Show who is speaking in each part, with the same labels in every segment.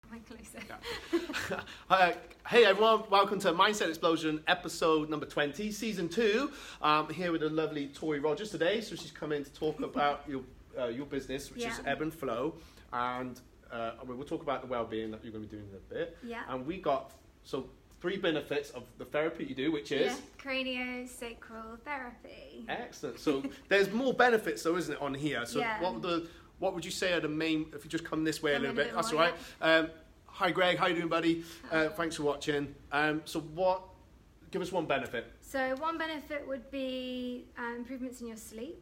Speaker 1: Uh, hey everyone, welcome to Mindset Explosion episode number 20, season 2. Um, here with the lovely Tori Rogers today. So she's come in to talk about your, uh, your business, which is
Speaker 2: Yeah.
Speaker 1: Ebb and Flow. And uh, I mean, we'll talk about the well-being that you're going to be doing in a bit.
Speaker 2: Yeah.
Speaker 1: And we got, so three benefits of the therapy you do, which is...
Speaker 2: Yeah, craniosacral therapy.
Speaker 1: Excellent. So there's more benefits though, isn't it, on here? So
Speaker 2: Yeah.
Speaker 1: what the what would you say are the main? If you just come this way a
Speaker 2: Come
Speaker 1: little
Speaker 2: in a
Speaker 1: bit,
Speaker 2: bit
Speaker 1: that's all
Speaker 2: more,
Speaker 1: right. Um, hi Greg, how you doing, buddy? Uh, thanks for watching. Um, so what? Give us one benefit.
Speaker 2: So one benefit would be uh, improvements in your sleep.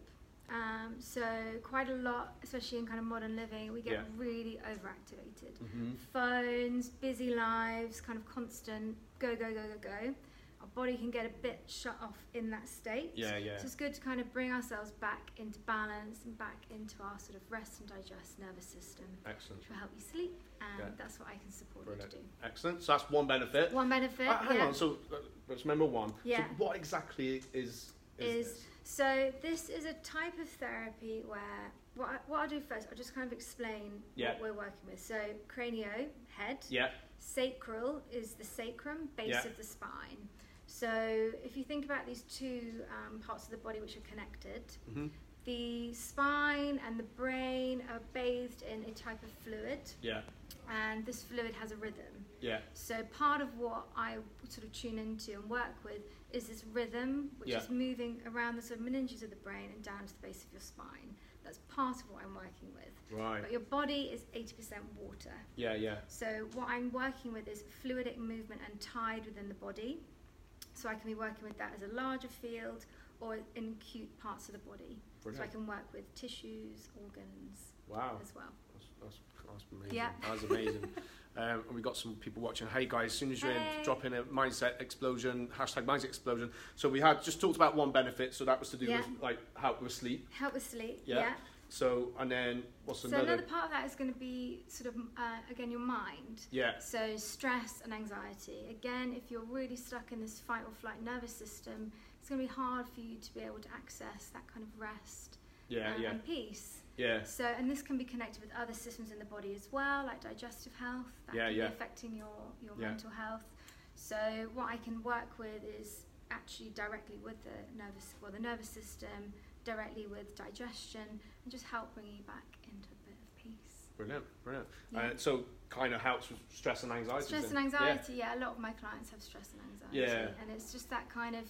Speaker 2: Um, so quite a lot, especially in kind of modern living, we get
Speaker 1: Yeah. Mm-hmm.
Speaker 2: really overactivated. Phones, busy lives, kind of constant go go go go go. Our body can get a bit shut off in that state.
Speaker 1: Yeah, yeah.
Speaker 2: So it's good to kind of bring ourselves back into balance and back into our sort of rest and digest nervous system,
Speaker 1: Excellent.
Speaker 2: which will help you sleep. And
Speaker 1: Yeah.
Speaker 2: that's what I can support
Speaker 1: Brilliant.
Speaker 2: you to do.
Speaker 1: Excellent. So that's one benefit.
Speaker 2: One benefit
Speaker 1: Uh, hang
Speaker 2: yeah,
Speaker 1: on. So uh, let's remember one. So
Speaker 2: Yeah.
Speaker 1: what exactly is is,
Speaker 2: is
Speaker 1: this?
Speaker 2: so this is a type of therapy where what, I, what I'll do first, I'll just kind of explain
Speaker 1: Yeah.
Speaker 2: what we're working with. So cranio, head,
Speaker 1: Yeah.
Speaker 2: sacral is the sacrum, base
Speaker 1: Yeah.
Speaker 2: of the spine. So if you think about these two um, parts of the body which are connected,
Speaker 1: hmm
Speaker 2: the spine and the brain are bathed in a type of fluid,
Speaker 1: Yeah.
Speaker 2: and this fluid has a rhythm.
Speaker 1: Yeah.
Speaker 2: So part of what I sort of tune into and work with is this rhythm, which
Speaker 1: Yeah.
Speaker 2: is moving around the sort of meninges of the brain and down to the base of your spine. That's part of what I'm working with.
Speaker 1: Right.
Speaker 2: But your body is 80% water.
Speaker 1: Yeah. Yeah.
Speaker 2: So what I'm working with is fluidic movement and tide within the body. So I can be working with that as a larger field or in acute parts of the body. So I
Speaker 1: Brilliant.
Speaker 2: can work with tissues, organs
Speaker 1: Wow.
Speaker 2: as well.
Speaker 1: That's, that's, that's amazing.
Speaker 2: Yeah.
Speaker 1: That was amazing. um, and we got some people watching. Hey guys, as soon as you're in,
Speaker 2: Hey.
Speaker 1: drop in a mindset explosion, hashtag mindset explosion. So we had just talked about one benefit. So that was to do
Speaker 2: Yeah.
Speaker 1: with like help with sleep.
Speaker 2: Help with sleep.
Speaker 1: Yeah.
Speaker 2: yeah.
Speaker 1: So and then what's
Speaker 2: So
Speaker 1: another?
Speaker 2: another part of that is going to be sort of uh, again your mind.
Speaker 1: yeah.
Speaker 2: So stress and anxiety. Again, if you're really stuck in this fight or flight nervous system, it's going to be hard for you to be able to access that kind of rest
Speaker 1: Yeah.
Speaker 2: uh,
Speaker 1: Yeah.
Speaker 2: and peace.
Speaker 1: Yeah.
Speaker 2: So and this can be connected with other systems in the body as well, like digestive health. That
Speaker 1: Yeah,
Speaker 2: can
Speaker 1: yeah.
Speaker 2: be affecting your your
Speaker 1: Yeah.
Speaker 2: mental health. So what I can work with is actually directly with the nervous well the nervous system, directly with digestion, and just help bring you back into a bit of peace.
Speaker 1: Brilliant. Brilliant.
Speaker 2: Yeah.
Speaker 1: Uh, so kind of helps with stress and anxiety.
Speaker 2: stress
Speaker 1: then.
Speaker 2: and anxiety yeah. a lot of my clients have stress and anxiety
Speaker 1: Yeah.
Speaker 2: and it's just that kind of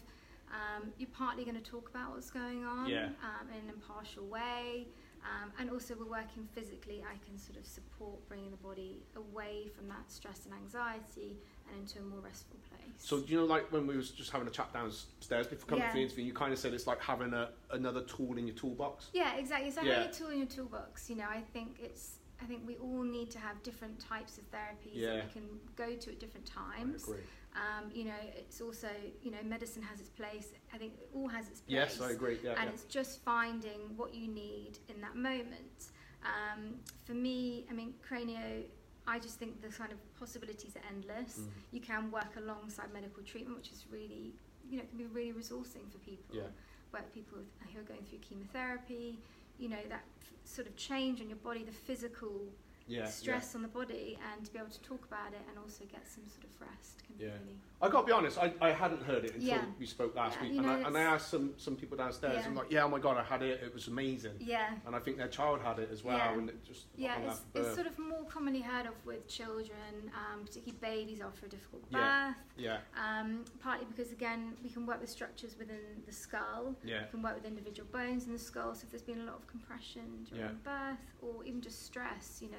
Speaker 2: um, you're partly going to talk about what's going on
Speaker 1: Yeah.
Speaker 2: um, in an impartial way um, and also we're working physically i can sort of support bringing the body away from that stress and anxiety and into a more restful place
Speaker 1: So do you know, like when we was just having a chat downstairs before coming
Speaker 2: Yeah.
Speaker 1: to the interview, you kind of said it's like having a, another tool in your toolbox.
Speaker 2: yeah exactly so
Speaker 1: Yeah.
Speaker 2: having a tool in your toolbox you know i think it's i think we all need to have different types of therapies
Speaker 1: Yeah.
Speaker 2: that we can go to at different
Speaker 1: I
Speaker 2: times
Speaker 1: agree.
Speaker 2: Um, you know, it's also, you know, medicine has its place. I think it all has its place.
Speaker 1: Yes, I agree. Yeah.
Speaker 2: and
Speaker 1: yeah.
Speaker 2: it's just finding what you need in that moment. Um, for me, I mean, cranio, I just think the kind of possibilities are endless.
Speaker 1: Mhm.
Speaker 2: You can work alongside medical treatment, which is really, you know, it can be really resourcing for people.
Speaker 1: Yeah.
Speaker 2: Where people with- who are going through chemotherapy, you know, that f- sort of change on your body, the physical
Speaker 1: Yeah. yeah.
Speaker 2: stress on the body, and to be able to talk about it and also get some sort of rest can be
Speaker 1: Yeah.
Speaker 2: really
Speaker 1: I gotta be honest, I, I hadn't heard it until
Speaker 2: Yeah.
Speaker 1: we spoke last
Speaker 2: Yeah,
Speaker 1: week,
Speaker 2: you
Speaker 1: and,
Speaker 2: know,
Speaker 1: I, and I
Speaker 2: that's-
Speaker 1: asked some, some people downstairs,
Speaker 2: Yeah.
Speaker 1: and like, yeah, oh my god, I had it, it was amazing,
Speaker 2: Yeah.
Speaker 1: and I think their child had it as well,
Speaker 2: Yeah.
Speaker 1: and it just
Speaker 2: Yeah,
Speaker 1: on
Speaker 2: it's,
Speaker 1: that birth.
Speaker 2: it's sort of more commonly heard of with children, um, particularly babies after a difficult birth.
Speaker 1: Yeah. yeah,
Speaker 2: Um, partly because, again, we can work with structures within the skull.
Speaker 1: yeah,
Speaker 2: We can work with individual bones in the skull. So if there's been a lot of compression during birth or even just stress, you know,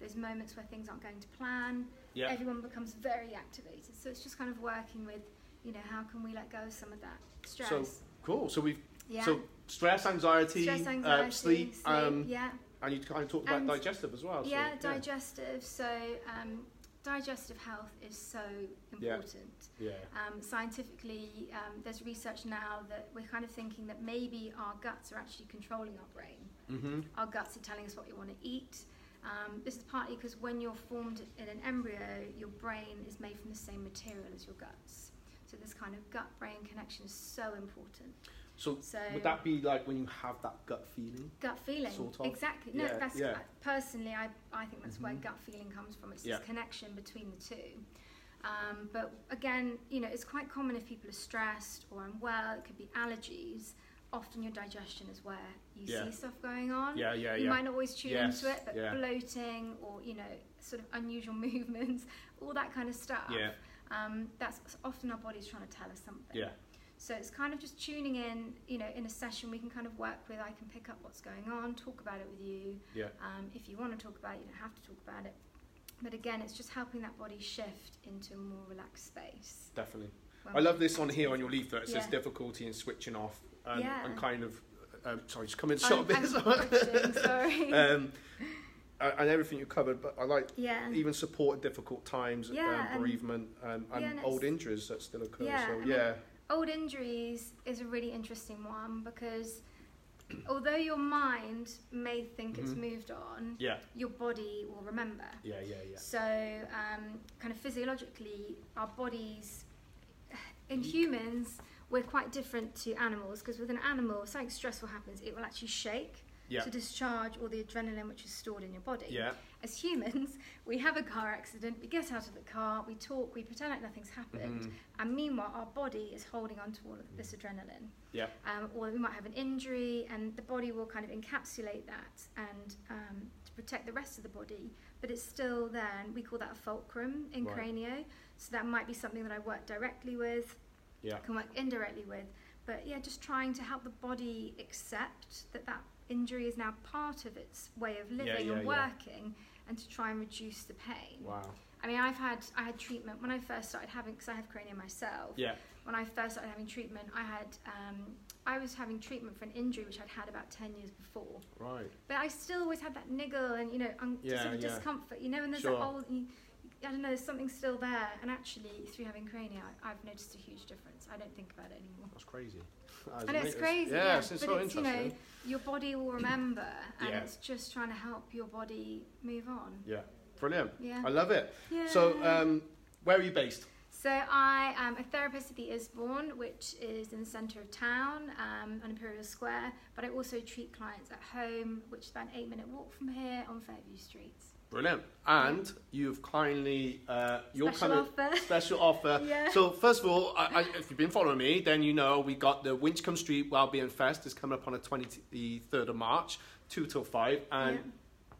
Speaker 2: those moments where things aren't going to plan,
Speaker 1: yeah,
Speaker 2: everyone becomes very activated. So it's just kind of working with, you know, how can we let go of some of that stress?
Speaker 1: cool. So we've
Speaker 2: yeah.
Speaker 1: so stress, anxiety,
Speaker 2: stress, anxiety,
Speaker 1: uh, sleep, um,
Speaker 2: yeah.
Speaker 1: and you kind of talked about
Speaker 2: And-
Speaker 1: digestive as well. So,
Speaker 2: yeah, digestive. So um, digestive health is so
Speaker 1: Yeah.
Speaker 2: important.
Speaker 1: yeah,
Speaker 2: Um, scientifically, um, there's research now that we're kind of thinking that maybe our guts are actually controlling our brain.
Speaker 1: mm-hmm.
Speaker 2: Our guts are telling us what we want to eat. Um, this is partly because when you're formed in an embryo, your brain is made from the same material as your guts. So this kind of gut-brain connection is so important.
Speaker 1: So,
Speaker 2: So
Speaker 1: would that be like when you have that gut feeling?
Speaker 2: gut feeling,
Speaker 1: sort of?
Speaker 2: exactly. No,
Speaker 1: Yeah,
Speaker 2: that's
Speaker 1: yeah.
Speaker 2: I- personally, I I think that's where
Speaker 1: Mhm.
Speaker 2: gut feeling comes from. It's
Speaker 1: Yeah.
Speaker 2: this connection between the two. Um, but again, you know, it's quite common if people are stressed or unwell. It could be allergies. Often your digestion is where you
Speaker 1: Yeah.
Speaker 2: see stuff going on.
Speaker 1: Yeah, yeah,
Speaker 2: You
Speaker 1: yeah.
Speaker 2: Um, might not always tune
Speaker 1: Yes,
Speaker 2: into it, but
Speaker 1: yeah.
Speaker 2: bloating or you know, sort of unusual movements, all that kind of stuff.
Speaker 1: Yeah.
Speaker 2: Um, that's often our body's trying to tell us something.
Speaker 1: Yeah.
Speaker 2: So it's kind of just tuning in. You know, in a session we can kind of work with. I can pick up what's going on, talk about it with you.
Speaker 1: Yeah.
Speaker 2: Um, if you want to talk about it, you don't have to talk about it. But again, it's just helping that body shift into a more relaxed space.
Speaker 1: Definitafly.
Speaker 2: When
Speaker 1: I
Speaker 2: we-
Speaker 1: love this on here on your leaflet. It says
Speaker 2: Um, Yeah.
Speaker 1: difficulty in switching off and,
Speaker 2: Yeah.
Speaker 1: and kind of. Um, sorry, just come in.
Speaker 2: I'm-
Speaker 1: Stop
Speaker 2: I'm switching, sorry.
Speaker 1: um, a- and everything you covered, but I like
Speaker 2: yeah.
Speaker 1: even support at difficult times,
Speaker 2: Yeah,
Speaker 1: um,
Speaker 2: and-
Speaker 1: bereavement, um, and
Speaker 2: yeah, and
Speaker 1: old
Speaker 2: it's-
Speaker 1: injuries that still occur.
Speaker 2: Yeah,
Speaker 1: so
Speaker 2: and
Speaker 1: yeah,
Speaker 2: Old injuries is a really interesting one because although your mind may think it's
Speaker 1: Mhm.
Speaker 2: moved on,
Speaker 1: yeah,
Speaker 2: your body will remember.
Speaker 1: yeah, yeah, yeah.
Speaker 2: So, um, kind of physiologically, our bodies in
Speaker 1: Yeek.
Speaker 2: humans, we're quite different to animals because with an animal, if something stressful happens, it will actually shake
Speaker 1: Yeah.
Speaker 2: to discharge all the adrenaline which is stored in your body.
Speaker 1: Yeah,
Speaker 2: As humans, we have a car accident, we get out of the car, we talk, we pretend like nothing's happened,
Speaker 1: Mhm.
Speaker 2: and meanwhile, our body is holding on to all of this adrenaline.
Speaker 1: yeah,
Speaker 2: Um, or we might have an injury, and the body will kind of encapsulate that and um, to protect the rest of the body, but it's still there, and we call that a fulcrum in
Speaker 1: Right.
Speaker 2: cranio. So that might be something that I work directly with,
Speaker 1: yeah,
Speaker 2: I can work indirectly with, but yeah, just trying to help the body accept that that injury is now part of its way of living
Speaker 1: yeah,
Speaker 2: and
Speaker 1: yeah.
Speaker 2: working, and to try and reduce the pain.
Speaker 1: wow,
Speaker 2: I mean, I've had I had treatment when I first started having because I have cranio myself.
Speaker 1: yeah,
Speaker 2: When I first started having treatment, I had um, I was having treatment for an injury which I'd had about ten years before,
Speaker 1: right,
Speaker 2: but I still always had that niggle and you know un-
Speaker 1: Yeah,
Speaker 2: sort of
Speaker 1: yeah.
Speaker 2: discomfort. You know, and there's
Speaker 1: Sure.
Speaker 2: that old. You, I don't know, there's something still there, and actually, through having cranio, I- I've noticed a huge difference. I don't think about it anymore.
Speaker 1: that's crazy. That is
Speaker 2: I know it's
Speaker 1: amazing.
Speaker 2: crazy,
Speaker 1: Yeah,
Speaker 2: yeah,
Speaker 1: it's, it's
Speaker 2: but
Speaker 1: so
Speaker 2: it's, you
Speaker 1: interesting.
Speaker 2: know, your body will remember, and
Speaker 1: Yeah.
Speaker 2: it's just trying to help your body move on.
Speaker 1: Yeah, brilliant.
Speaker 2: Yeah.
Speaker 1: I love it.
Speaker 2: yeah.
Speaker 1: So, um, where are you based?
Speaker 2: So I am a therapist at the Isbourne, which is in the centre of town um, on Imperial Square, but I also treat clients at home, which is about an eight minute walk from here on Fairview Street.
Speaker 1: Brilliant. And you've kindly, uh, you're
Speaker 2: Special
Speaker 1: coming.
Speaker 2: offer.
Speaker 1: Special offer.
Speaker 2: Yeah.
Speaker 1: So first of all, I, I, if you've been following me, then you know we got the Winchcombe Street Wellbeing Fest is coming up on the twenty third of March, two till five, and
Speaker 2: Yeah.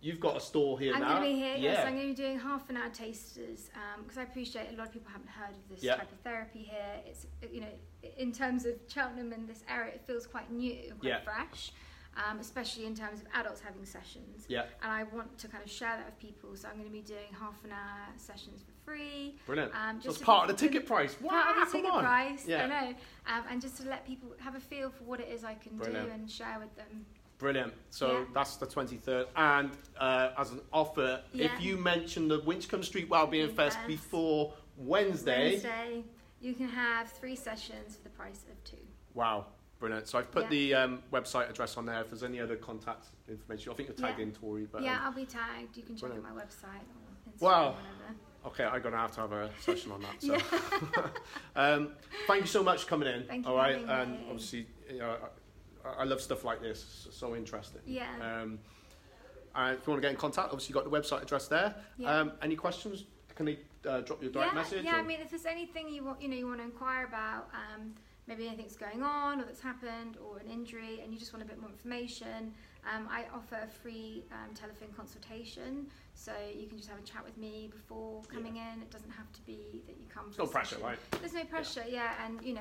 Speaker 1: you've got a store here
Speaker 2: I'm
Speaker 1: now.
Speaker 2: going to be here,
Speaker 1: yeah.
Speaker 2: yes, I'm going to be doing half an hour tasters because I appreciate a lot of people haven't heard of this
Speaker 1: Yeah.
Speaker 2: type of therapy here. It's, you know, in terms of Cheltenham and this area, it feels quite new, quite
Speaker 1: Yeah.
Speaker 2: fresh, um, especially in terms of adults having sessions.
Speaker 1: yeah.
Speaker 2: and I want to kind of share that with people. So I'm going to be doing half an hour sessions for free.
Speaker 1: Brilliant.
Speaker 2: Um,
Speaker 1: so it's
Speaker 2: to-
Speaker 1: part of the ticket price. Wow,
Speaker 2: Part of
Speaker 1: come
Speaker 2: the ticket
Speaker 1: on.
Speaker 2: price,
Speaker 1: Yeah.
Speaker 2: I know, um, and just to let people have a feel for what it is I can
Speaker 1: Brilliant.
Speaker 2: do and share with them.
Speaker 1: Brilliant. So
Speaker 2: Yeah.
Speaker 1: that's the 23rd. And uh, as an offer,
Speaker 2: Yeah.
Speaker 1: if you mention the Winchcombe Street Wellbeing
Speaker 2: Wellbeing
Speaker 1: Fest
Speaker 2: Fest.
Speaker 1: before Wednesday,
Speaker 2: Wednesday, you can have three sessions for the price of two.
Speaker 1: Wow, brilliant. So I've put
Speaker 2: Yeah.
Speaker 1: the um, website address on there. If there's any other contact information, I think you're tagged
Speaker 2: Yeah.
Speaker 1: in Tori, but um,
Speaker 2: yeah, I'll be tagged. You can check
Speaker 1: brilliant.
Speaker 2: out my website or Instagram.
Speaker 1: Wow.
Speaker 2: Or whatever.
Speaker 1: okay, I'm gonna have to have a session on that. So. um, thank you so much for coming in.
Speaker 2: Thank you
Speaker 1: all
Speaker 2: for
Speaker 1: right,
Speaker 2: having
Speaker 1: and
Speaker 2: me.
Speaker 1: obviously, you know, I, I love stuff like this. It's so interesting.
Speaker 2: Yeah.
Speaker 1: Um, and if you want to get in contact, obviously you've got the website address there.
Speaker 2: Yeah.
Speaker 1: Um, any questions? Can they uh, drop you a direct
Speaker 2: yeah,
Speaker 1: message?
Speaker 2: Yeah,
Speaker 1: or-
Speaker 2: I mean, if there's anything you want, you know, you want to inquire about, um, maybe anything that's going on or that's happened or an injury, and you just want a bit more information, um, I offer a free um, telephone consultation, so you can just have a chat with me before coming in. It doesn't have to be that you come.
Speaker 1: There's
Speaker 2: for
Speaker 1: no
Speaker 2: a
Speaker 1: pressure,
Speaker 2: session.
Speaker 1: right?
Speaker 2: There's no pressure, yeah. and you know,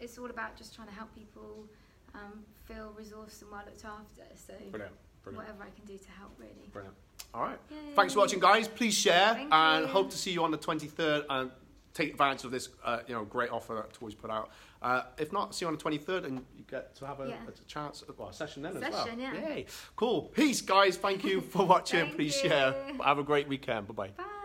Speaker 2: it's all about just trying to help people um, feel resourced and well looked after. So
Speaker 1: Brilliant, brilliant,
Speaker 2: whatever I can do to help, really.
Speaker 1: brilliant. All right.
Speaker 2: Yay.
Speaker 1: Thanks for watching, guys. Please share,
Speaker 2: Thank
Speaker 1: and
Speaker 2: you.
Speaker 1: hope to see you on the 23rd. And take advantage of this, uh, you know, great offer that Toys put out. Uh, if not, see you on the 23rd, and you get to have a,
Speaker 2: Yeah.
Speaker 1: a chance, well, a session then as well.
Speaker 2: Session, yeah.
Speaker 1: Yay! Cool. Peace, guys. Thank you for watching.
Speaker 2: Thank
Speaker 1: Please
Speaker 2: you.
Speaker 1: share. Have a great weekend. Bye bye.
Speaker 2: Bye.